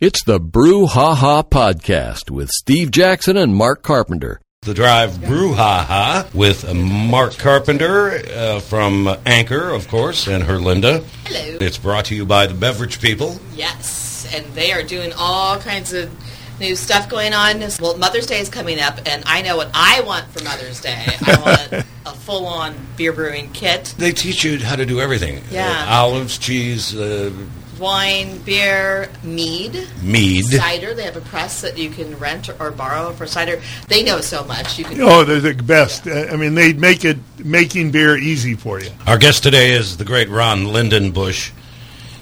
It's the Brew Ha Ha Podcast with Steve Jackson and Mark Carpenter. The Drive Brouhaha with Mark Carpenter uh, from Anchor, of course, and her Linda. Hello. It's brought to you by the Beverage People. Yes, and they are doing all kinds of new stuff going on. Well, Mother's Day is coming up, and I know what I want for Mother's Day. I want a full-on beer brewing kit, They teach you how to do everything. Yeah. Uh, olives, cheese, uh, wine, beer, mead, mead. cider. They have a press that you can rent or borrow for cider. They know so much. You can Oh, they're the best. I I mean, they make it making beer easy for you. Our guest today is the great Ron Lindenbush.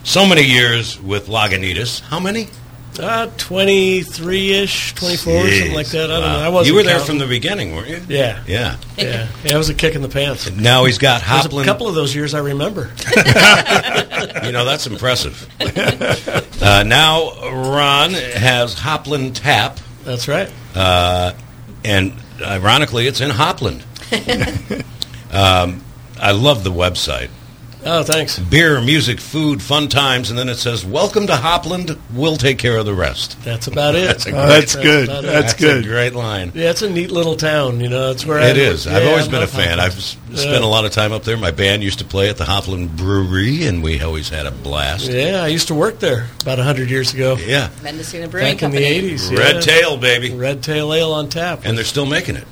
So many years with Lagunitas. How many? Uh, 23-ish, 24, something like that. I don't know. I wasn't You were there from the counting. beginning, weren't you? Yeah. Yeah. Yeah. yeah, it was a kick in the pants. Now he's got There's Hopland. a couple of those years I remember. You know, that's impressive. uh, now Ron has Hopland Tap, That's right. and ironically, it's in Hopland. um, I love the website. Oh, thanks. Beer, music, food, fun times, and then it says, Welcome to Hopland. We'll take care of the rest. That's about it. That's a Oh, that's good. about it. That's a good. great line. yeah, it's a neat little town. You know, it's where I It is. I've yeah, always I'm been a not- fan. I've s- spent a lot of time up there. My band used to play at the Hopland Brewery, and we always had a blast. Yeah, I used to work there about hundred years ago. Yeah. Mendocino Brewing Back in the Company. eighties. Red Tail, baby. Red Tail Ale on tap. And they're still making it.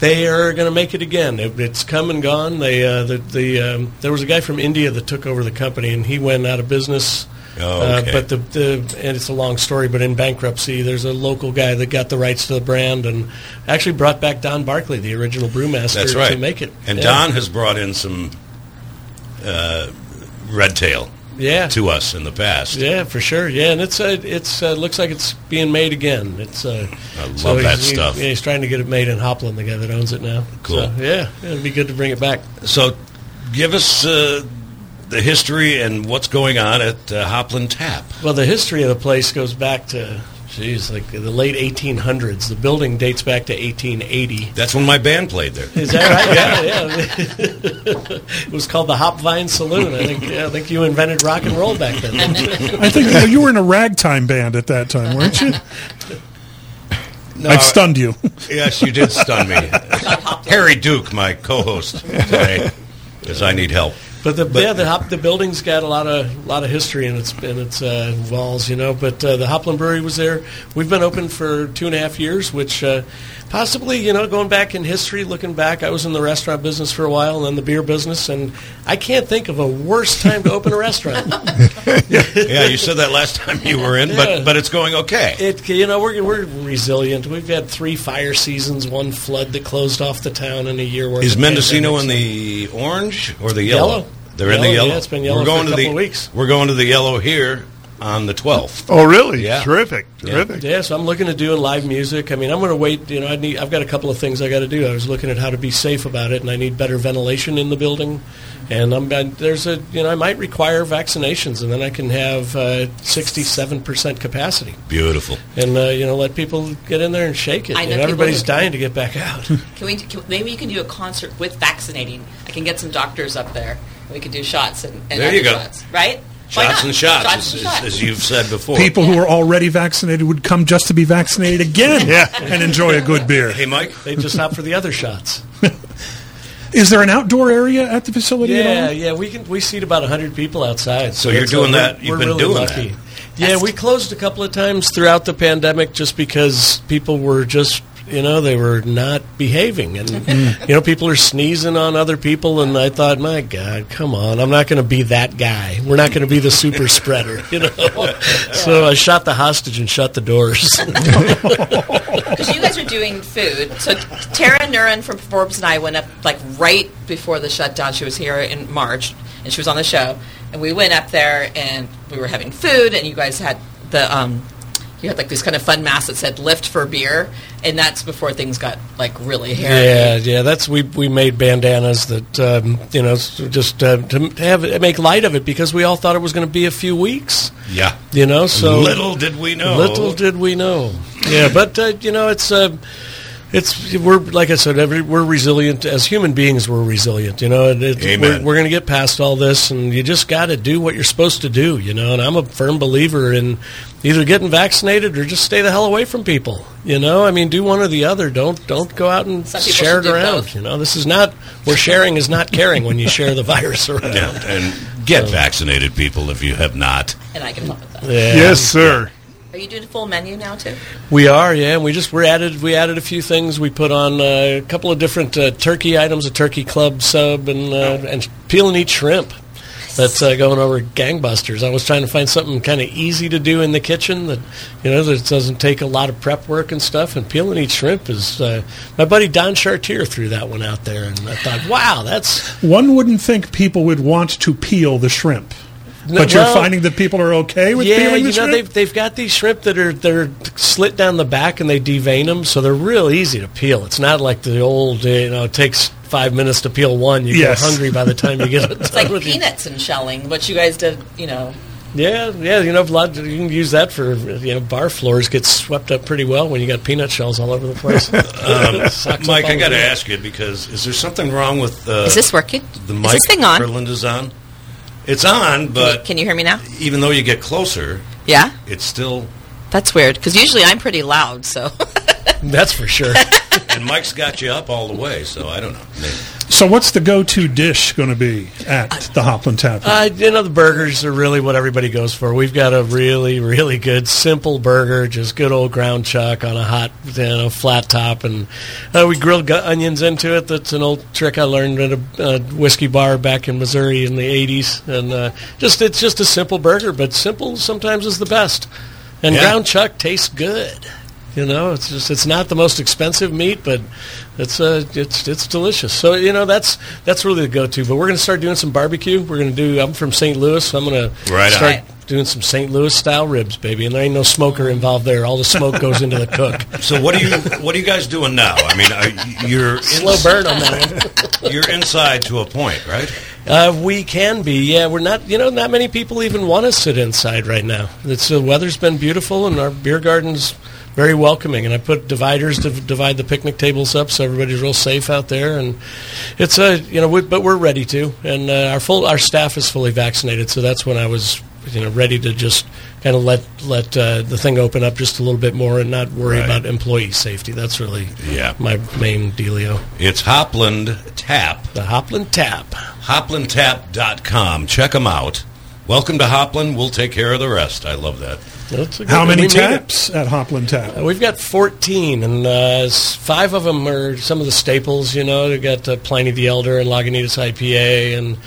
They are going to make it again. It, it's come and gone. They uh, the, the um, there was a guy from India that took over the company, and he went out of business. Oh, okay. uh, but the, the and it's a long story. But in bankruptcy, there's a local guy that got the rights to the brand and actually brought back Don Barkley, the original brewmaster, That's right. to make it. And yeah. Don has brought in some uh, red tail yeah, to us in the past. yeah, for sure, yeah. And it's uh, it's uh, looks like it's being made again. It's uh, I love so that he's- he- stuff. yeah, he's trying to get it made in Hopland, the guy that owns it now. Cool. So, yeah, it'd be good to bring it back. So, give us uh, the history and what's going on at uh, Hopland Tap. Well, the history of the place goes back to, geez, like the late 1800s. The building dates back to 1880. That's when my band played there. Is that right? yeah, yeah. it was called the Hop Vine Saloon. I think, yeah, I think you invented rock and roll back then. I think you, know, you were in a ragtime band at that time, weren't you? I've stunned you. Yes, you did stun me. Harry Duke, my co-host today, because I need help. But the yeah, the hop the building's got a lot of lot of history in its in its uh, walls, you know. But uh, the Hopland Brewery was there. We've been open for two and a half years, which uh, possibly you know going back in history, looking back, I was in the restaurant business for a while, and then the beer business, and I can't think of a worse time to open a restaurant. Yeah, you said that last time you were in, but but it's going okay. It you know we're we're resilient. We've had three fire seasons, one flood that closed off the town in a year. worth Is of Mendocino pandemics. in the orange or the yellow? Yellow. They're in the Yellow, yellow. yeah, it's been yellow we're for a going to the, couple weeks. We're going to the yellow here on the 12th. Oh, really? Yeah. Terrific. Terrific. Yeah, so I'm looking to doing live music. I mean, I'm going to wait. You know, I need. I've got a couple of things I got to do. I was looking at how to be safe about it, and I need better ventilation in the building. And I'm I, there's a you know I might require vaccinations, and then I can have 67 percent capacity, Beautiful. and uh, you know let people get in there and shake it. I And know people everybody's that- dying to get back out. Can we? Can, maybe you can do a concert with vaccinating. I can get some doctors up there. and We can do shots and, and There other you go. shots, right? Why Shots not? and shots, Shots as, and as- shots. as you've said before. People who are already vaccinated would come just to be vaccinated again Yeah. and enjoy a good beer. Hey, Mike. they just opt for the other shots. Is there an outdoor area at the facility Yeah, at all? yeah, we can we seat about hundred people outside. So you're it's, doing uh, we're- that- you've we're been really doing lucky. that. Yeah, we closed a couple of times throughout the pandemic just because people were just you know they were not behaving and you know people are sneezing on other people and I thought my god come on I'm not going to be that guy we're not going to be the super spreader you know so I shot the hostage and shut the doors Because you guys are doing food. So Tara Nurin from Forbes and I went up like right before the shutdown. She was here in March and she was on the show. And we went up there and we were having food and you guys had the um you had like these kind of fun masks that said lift for beer and that's before things got like really hairy. Yeah, yeah. That's we we made bandanas that um, you know s- just uh, to have it, make light of it because we all thought it was going to be a few weeks. Yeah. You know, so little did we know. little did we know. Yeah, but uh, you know it's. Uh, it's we're like I said, every, we're resilient as human beings. We're resilient, you know. And it, Amen. We're, we're going to get past all this, and you just got to do what you're supposed to do, you know. And I'm a firm believer in either getting vaccinated or just stay the hell away from people. You know, I mean, do one or the other. Don't don't go out and Some people share should it do around. both. You know, this is not where sharing is not caring when you share the virus around. Yeah, and get vaccinated, people, if you have not. and I can help with that. Yeah. Yes, sir. Are you doing full menu now too? We are, yeah. And we just we added we added a few things. We put on uh, a couple of different uh, turkey items, a turkey club sub, and uh, and peel and eat shrimp. That's uh, going over gangbusters. I was trying to find something kind of easy to do in the kitchen that you know that doesn't take a lot of prep work and stuff. And peel and eat shrimp is uh, my buddy Don Chartier threw that one out there, and I thought, wow, that's One wouldn't think people would want to peel the shrimp, No, but you're well- finding that people are okay with yeah. peeling the You know shrimp. they've they've got these shrimp that are they're slit down the back and they devein them, so they're real easy to peel. It's not like the old uh, you know it takes five minutes to peel one. You Yes. get hungry by the time you get it. Uh, It's like peanuts and shelling, which you guys did, you know. Yeah, yeah. You know, a lot, you can use that for you know bar floors get swept up pretty well when you got peanut shells all over the place. um, Mike, I got to ask you because is there something wrong with uh, Is this working? the Is mic? this thing on? where Linda's on. It's on, Can you, but can you hear me now? even though you get closer, Yeah, it's still. that's weird because usually I'm pretty loud. So That's for sure. And Mike's got you up all the way, so I don't know. Maybe. so what's the go-to dish going to be at the Hopland Tavern? Uh, you know, the burgers are really what everybody goes for. We've got a really, really good, simple burger, just good old ground chuck on a hot, you know, flat top, and uh, we grill gu- onions into it. That's an old trick I learned at a uh, whiskey bar back in Missouri in the '80s, and uh, just it's just a simple burger, but simple sometimes is the best. And Yeah. ground chuck tastes good. You know, it's just it's not the most expensive meat, but it's uh, it's it's delicious. So you know that's that's really the go-to. But we're going to start doing some barbecue. We're going to do. I'm from St. Louis, so I'm going to Right on. start Right. doing some St. Louis style ribs, baby. And there ain't no smoker involved there. All the smoke goes into the cook. So what are you? What are you guys doing now? I mean, are, you're in- Slow burn on that one. You're inside to a point, right? Uh, we can be, yeah. We're not, you know, not many people even want to sit inside right now. It's, the weather's been beautiful, and our beer garden's very welcoming. And I put dividers to divide the picnic tables up, so everybody's real safe out there. And it's a, you know, we, but we're ready to, and uh, our full our staff is fully vaccinated, so that's when I was, you know, ready to just kind of let let uh, the thing open up just a little bit more and not worry Right. about employee safety. That's really Yeah. my main dealio. It's Hopland Tap. The Hopland Tap. HoplandTap.com. Check them out. Welcome to Hopland. We'll take care of the rest. I love that. That's a How good- many we need it. taps at Hopland Tap? Uh, We've got 14, and uh, s- five of them are some of the staples, you know. We've got uh, Pliny the Elder and Lagunitas IPA and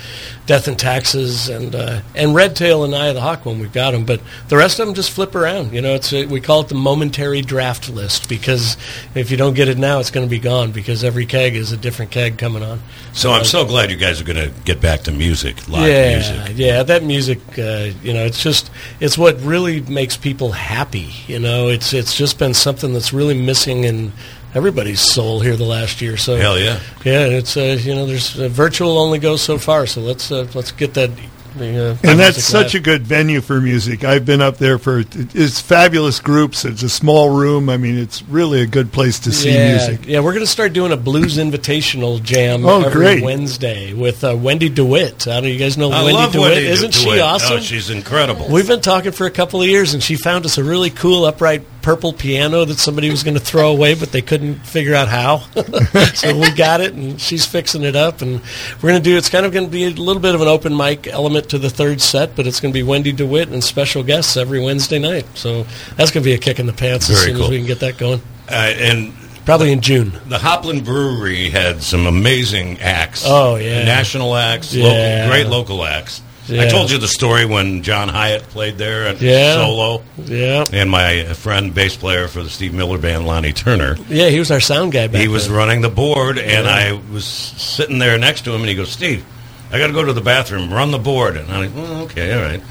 Death and Taxes and uh, and Red Tail and Eye of the Hawk when we've got them. But the rest of them just flip around. You know, it's a, we call it the momentary draft list because if you don't get it now, it's going to be gone because every keg is a different keg coming on. So I'm so glad you guys are going to get back to music, live yeah, music. Yeah, that music, uh, you know, it's just it's what really makes people happy. You know, it's it's just been something that's really missing in everybody's soul here the last year. So Hell yeah. yeah, it's uh, you know, there's uh, virtual only goes so far. So let's uh, let's get that. Uh, And that's such a good venue for music. I've been up there for it's fabulous groups. It's a small room. I mean, it's really a good place to see yeah, music. Yeah, we're going to start doing a blues invitational jam Oh, every great. Wednesday with uh, Wendy DeWitt. I don't know, you guys know I Wendy love DeWitt. Wendy Isn't DeWitt. she awesome? Oh, she's incredible. We've been talking for a couple of years, and she found us a really cool upright purple piano that somebody was going to throw away, but they couldn't figure out how. so we got it, and she's fixing it up. And we're going to do it's kind of going to be a little bit of an open mic element to the third set, but it's going to be Wendy DeWitt and special guests every Wednesday night. So that's going to be a kick in the pants as Very soon cool. as we can get that going. Uh, and Probably in June. the Hopland Brewery had some amazing acts. Oh, yeah. National acts, Yeah. local, great local acts. I Yeah. told you the story when John Hyatt played there at Yeah. solo. Yeah, And my friend, bass player for the Steve Miller Band, Lonnie Turner, yeah. He was our sound guy back he was then. running the board, and I was sitting there next to him, and he goes, "Steve, I got to go to the bathroom. Run the board." And I'm like, well, "Okay, all right,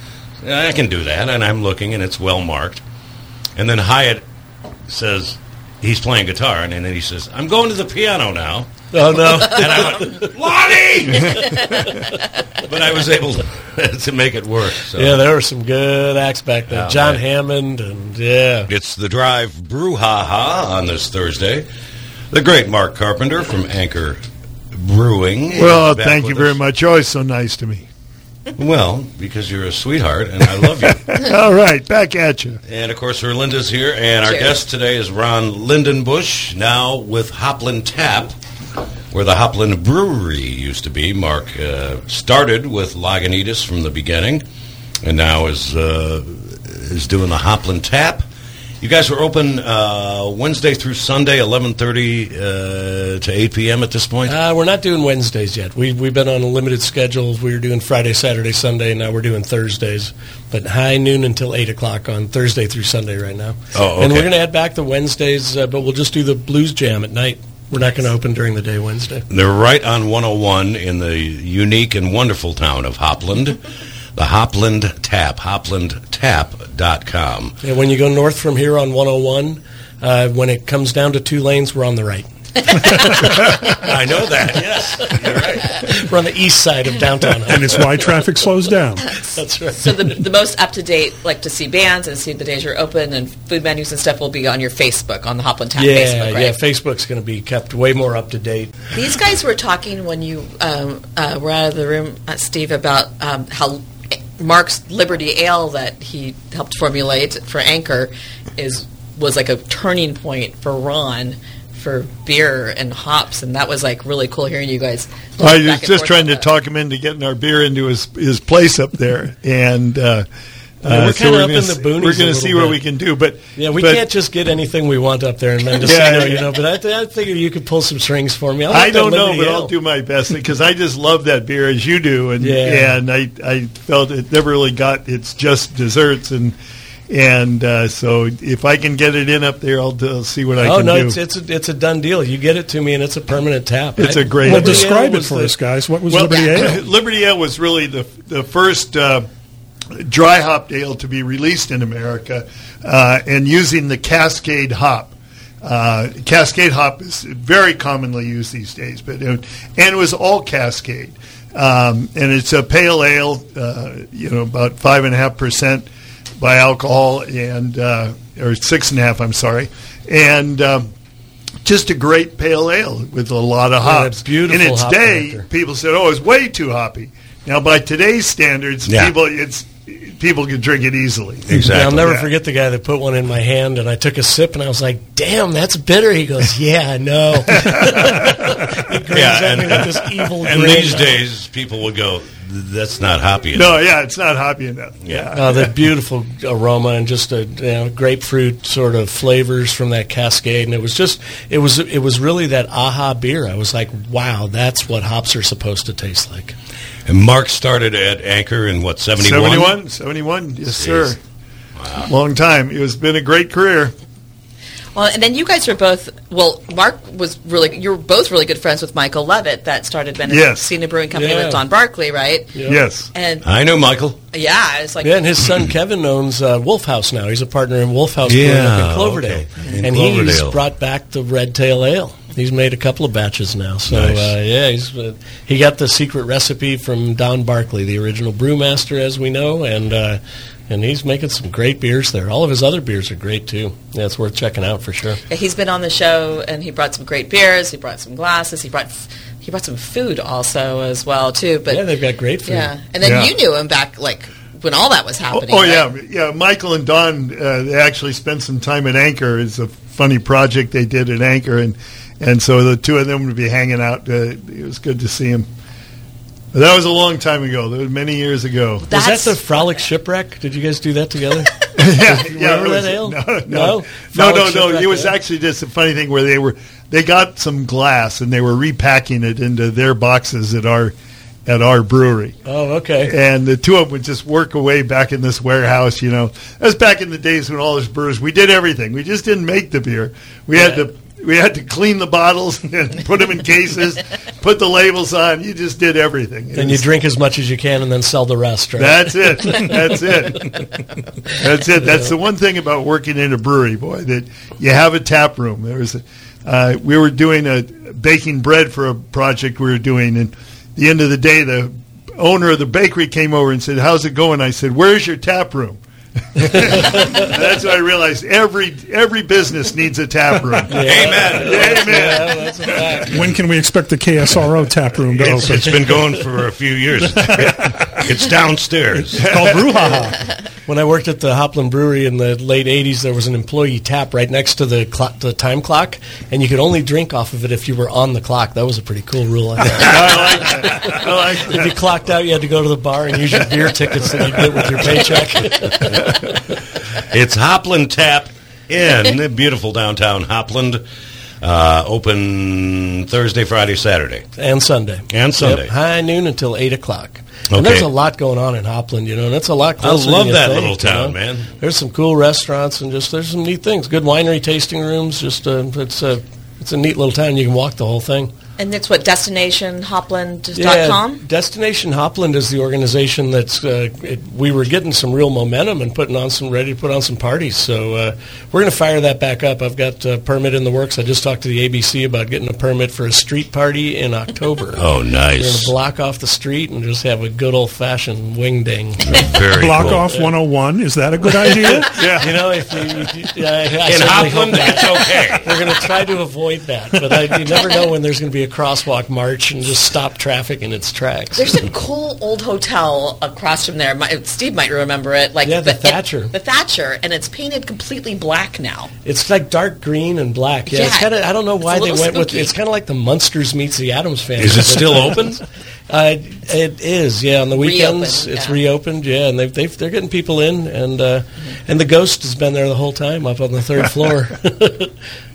I can do that." And I'm looking, and it's well marked. And then Hyatt says he's playing guitar, and then he says, "I'm going to the piano now." Oh no. And I went, "Lonnie!" but I was able to, to make it work. So. Yeah, there were some good acts back then. Oh, John man. Hammond and yeah. It's the drive brouhaha on this Thursday. the great Mark Carpenter from Anchor Brewing. is Well, back thank you with very us. much. You're always so nice to me. Well, because you're a sweetheart and I love you. All right, back at you. and of course, Erlinda's here, and our Cheers. guest today is Ron Lindenbush, now with Hopland Tap, where the Hopland Brewery used to be. Mark uh, started with Lagunitas from the beginning, and now is uh, is doing the Hopland Tap. You guys were open uh, Wednesday through Sunday, eleven thirty uh, to eight p.m. at this point. Uh, we're not doing Wednesdays yet. We, we've been on a limited schedule. We were doing Friday, Saturday, Sunday. Now we're doing Thursdays, but high noon until 8 o'clock on Thursday through Sunday right now. Oh, And we're okay. going to add back the Wednesdays, uh, but we'll just do the blues jam at night. We're not going to open during the day Wednesday. They're right on 101 in the unique and wonderful town of Hopland. The Hopland Tap, hoplandtap.com. And when you go north from here on 101, uh, when it comes down to two lanes, we're on the right. I know that, yes. We're on the east side of downtown. and it's why traffic slows down. That's right. So the, the most up to date, like to see bands and see the days you're open and food menus and stuff, will be on your Facebook on the Hopland Town yeah, Facebook. Right? yeah. Facebook's going to be kept way more up to date. These guys were talking when you um, uh, were out of the room, uh, Steve, about um, how Mark's Liberty Ale that he helped formulate for Anchor is was like a turning point for Ron for beer and hops, and that was like really cool hearing you guys. I back was and just forth trying on to that. talk him into getting our beer into his his place up there, and uh, Yeah, we're uh, kinda up gonna in the s- boonies We're a going to little see what bit. we can do, but Yeah, we but can't just get anything we want up there and then just Yeah, say no, yeah. you know. But I, th- I figured you could pull some strings for me. I'll let I that don't know, Liberty but Ale- I'll do my best because I just love that beer as you do, and Yeah. and I, I felt it never really got its just desserts, and and uh, so if I can get it in up there, I'll, do- I'll see what I Oh can no, do. it's it's a, it's a done deal. You get it to me, and it's a permanent tap. It's a a great- Well, Liberty describe it for us, guys. What was Liberty Ale? Liberty Ale was really the the first uh, dry hopped ale to be released in America, uh, and using the Cascade hop. Uh, cascade hop is very commonly used these days, but it, and it was all Cascade, um, and it's a pale ale, uh, you know, about five and a half percent by alcohol, and uh, or six and a half, I'm sorry, and. Um, just a great pale ale with a lot of Yeah, hops. beautiful In its hop day, character. people said, "Oh, it's way too hoppy." Now, by today's standards, Yeah. people it's people can drink it easily. Exactly. I'll never Yeah. forget the guy that put one in my hand, and I took a sip, and I was like, "Damn, that's bitter." He goes, "Yeah, I know." Yeah, yeah, and- and, with this evil And grin. these days, people would go, that's not hoppy enough. No, yeah, it's not hoppy enough. Yeah, Uh, the beautiful aroma and just a you know, grapefruit sort of flavors from that Cascade, and it was just it was it was really that aha beer. I was like, wow, that's what hops are supposed to taste like. And Mark started at Anchor in, what, 71? 71, 71, yes, sir. Long time. It has been a great career. Well, and then you guys were both. Well, Mark was really. You were both really good friends with Michael Levitt that started Ben Yes. Cena Brewing Company Yeah. with Don Barkley, right? Yes. And I know, Michael. yeah, it's like Yeah, and his son Kevin owns uh, Wolf House now. He's a partner in Wolf House Brewing Oh, up Yeah, in Cloverdale, okay. In and Cloverdale. he's brought back the Red Tail Ale. He's made a couple of batches now, so Nice. uh, yeah, he's, uh, he got the secret recipe from Don Barkley, the original brewmaster, as we know, and uh, and he's making some great beers there. All of his other beers are great too. Yeah, it's worth checking out for sure. Yeah, he's been on the show and he brought some great beers. He brought some glasses. He brought he brought some food also as well too. But yeah, they've got great food. yeah. and then Yeah. you knew him back like when all that was Oh, happening. oh, right? yeah, yeah. Michael and Don uh, they actually spent some time at Anchor. It's a funny project they did at Anchor, and and so the two of them would be hanging out. Uh, it was good to see him. But that was a long time ago. That was many years ago. Was That's- that the Frolic Shipwreck? Did you guys do that together? yeah, yeah, remember it was- that ale? No, No? no, no, no, Frolic no, Shipwreck It was Ale? actually just a funny thing where they were they got some glass and they were repacking it into their boxes at our at our brewery. oh, okay. And the two of them would just work away back in this warehouse, you know. That's back in the days when all those brewers, we did everything. We just didn't make the beer. We had to we had to clean the bottles and put them in cases, put the labels on. You just did everything. It And you was- drink as much as you can, and then sell the rest. Right? that's it. That's it. That's it. That's the one thing about working in a brewery, boy, that you have a tap room. There was, a, uh, we were doing a baking bread for a project we were doing, and the end of the day, the owner of the bakery came over and said, "How's it going?" I said, "Where's your tap room?" That's what I realized. Every every business needs a tap room. Amen. Amen. that's a fact. When can we expect the KSRO tap room to It's, open? it's been going for a few years. It's downstairs. Called Brouhaha. When I worked at the Hopland Brewery in the late '80s, there was an employee tap right next to the clock, the time clock, and you could only drink off of it if you were on the clock. That was a pretty cool rule. I thought. I like that. I like if you that. clocked out, you had to go to the bar and use your beer tickets that you get with your paycheck. It's Hopland Tap in the beautiful downtown Hopland. Uh, open Thursday, Friday, Saturday. and Sunday And Sunday. high noon until eight o'clock. Okay. And there's a lot going on in Hopland, you know, and that's a lot closer. love than you that think, little you town, know. man. There's some cool restaurants and just there's some neat things. Good winery tasting rooms. Just uh, it's a it's a neat little town. You can walk the whole thing. And it's what destinationhopland.com. Destination Hopland is the organization that's. Uh, it, we were getting some real momentum and putting on some ready to put on some parties. So uh, we're going to fire that back up. I've got a permit in the works. I just talked to the ABC about getting a permit for a street party in October. Oh, We're going to nice. block off the street and just have a good old fashioned wing ding. you Very Block cool. off 101. Is that a good idea? know, if you, if you- I- I In certainly hope Hopland, not. it's okay. We're going to try to avoid that, but I, you never know when there's going to be a crosswalk march and just stop traffic in its tracks. There's a cool old hotel across from there. My, Steve might remember it. Like Yeah, the it- Thatcher. the Thatcher, and it's painted completely black now. It's like dark green and black. Yeah, it's Yeah. kind of. I don't know It's why a they went little with. spooky. It's kind of like the Munsters meets the Adams Family. Is it still open? Uh, it is. Yeah, on the weekends Reopened, it's yeah. reopened. Yeah, and they've, they've they're getting people in, and uh, and the ghost has been there the whole time up on the third floor.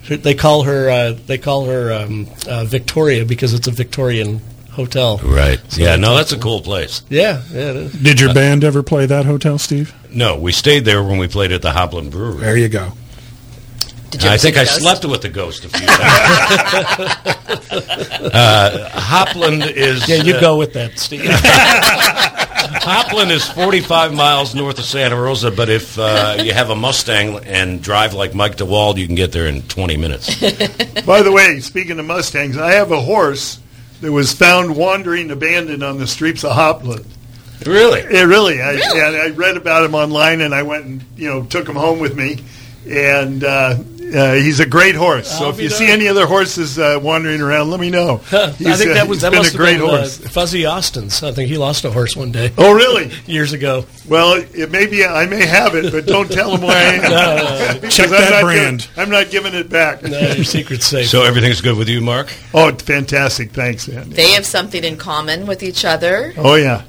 they call her. Uh, they call her um, uh, Victoria because it's a Victorian hotel. Right. Yeah, no, that's a cool place. Yeah, yeah, it is. Did your band ever play that hotel, Steve? No, we stayed there when we played at the Hopland Brewery. you go. Did you I ever think see I those? slept with the ghost a few times. uh, Hopland is Yeah, you uh, go with that, Steve. Hopland is 45 miles north of Santa Rosa, but if uh, you have a Mustang and drive like Mike DeWald, you can get there in 20 minutes. By the way, speaking of Mustangs, I have a horse that was found wandering abandoned on the streets of Hopland. really? Yeah, really. I, And I read about him online, and I went and you know took him home with me. And uh, uh, he's a great horse. So I'll if be you darned. see any other horses uh, wandering around, let me know. He's, I think uh, that was he's that been must a great have been uh, horse. Fuzzy Austin's. I think he lost a horse one day oh, really? years ago. Well, it may be I may have it, but don't tell him where I am. Because Check I'm that not brand. giving- I'm not giving it back. No, your secret's safe. So everything's good with you, Mark? Oh, fantastic! Thanks, man. They have something in common with each other. Oh yeah,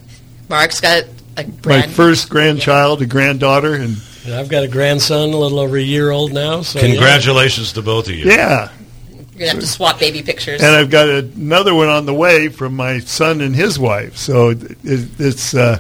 Mark's got a my brand. first grandchild, a granddaughter, and Yeah, I've got a grandson, a little over a year old now. So yeah. Congratulations to both of you. yeah, You're gonna have to swap baby pictures. and I've got another one on the way from my son and his wife. So it, it's uh,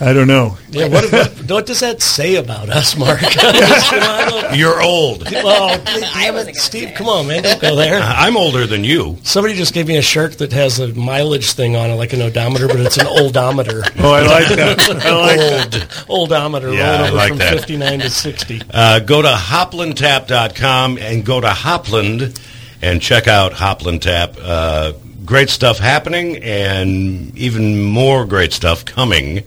I don't know. Yeah, what, what, what does that say about us, Mark? I don't- You're old. well, I wasn't gonna say Steve, it. come on, man, don't go there. I'm older than you. Somebody just gave me a shirt that has a mileage thing on it, like an odometer, but it's an oldometer. Oh, I like that. I like that. Old oldometer Yeah, rolling I over like from that. 59 to 60. Uh, go to hoplandtap.com and go to Hopland and check out Hopland Tap. Uh, great stuff happening and even more great stuff coming.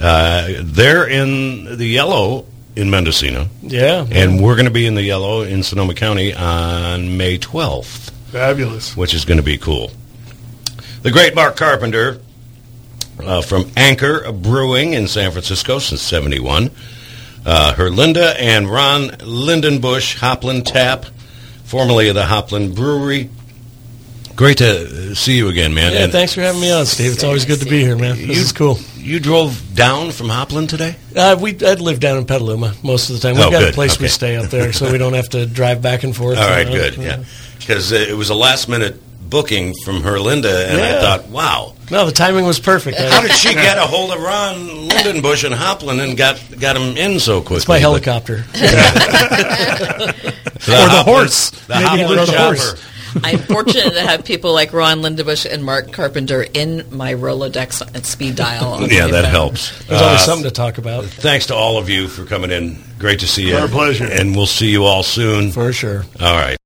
Uh, they're in the yellow in Mendocino. Yeah. And we're going to be in the yellow in Sonoma County on May 12th, Fabulous. which is going to be cool. The great Mark Carpenter uh, from Anchor Brewing in San Francisco since 71. Uh, her Linda and Ron Lindenbush, Hopland Tap, formerly of the Hopland Brewery. Great to uh, see you again, man. yeah, And thanks for having me on, Steve. It's always good to be here, man. This is cool. You drove down from Hopland today? Uh, we I live down in Petaluma most of the time. We've Oh, got good. a place Okay. we stay out there, so we don't have to drive back and forth. uh, All right, you know? good. Yeah, because it was a last minute booking from her Linda, and I Yeah. thought, wow, No, the timing was perfect. I- how did she get a hold of Ron Lindenbush and Hopland and got got him in so quickly? It's my helicopter. or the horse. The Maybe he Hopland rode a chopper. horse. I'm fortunate to have people like Ron Lindebush and Mark Carpenter in my Rolodex at speed dial. on Yeah, my that phone. helps. Uh, There's always something to talk about. Thanks to all of you for coming in. Great to see you. Our pleasure. And we'll see you all soon. For sure. All right.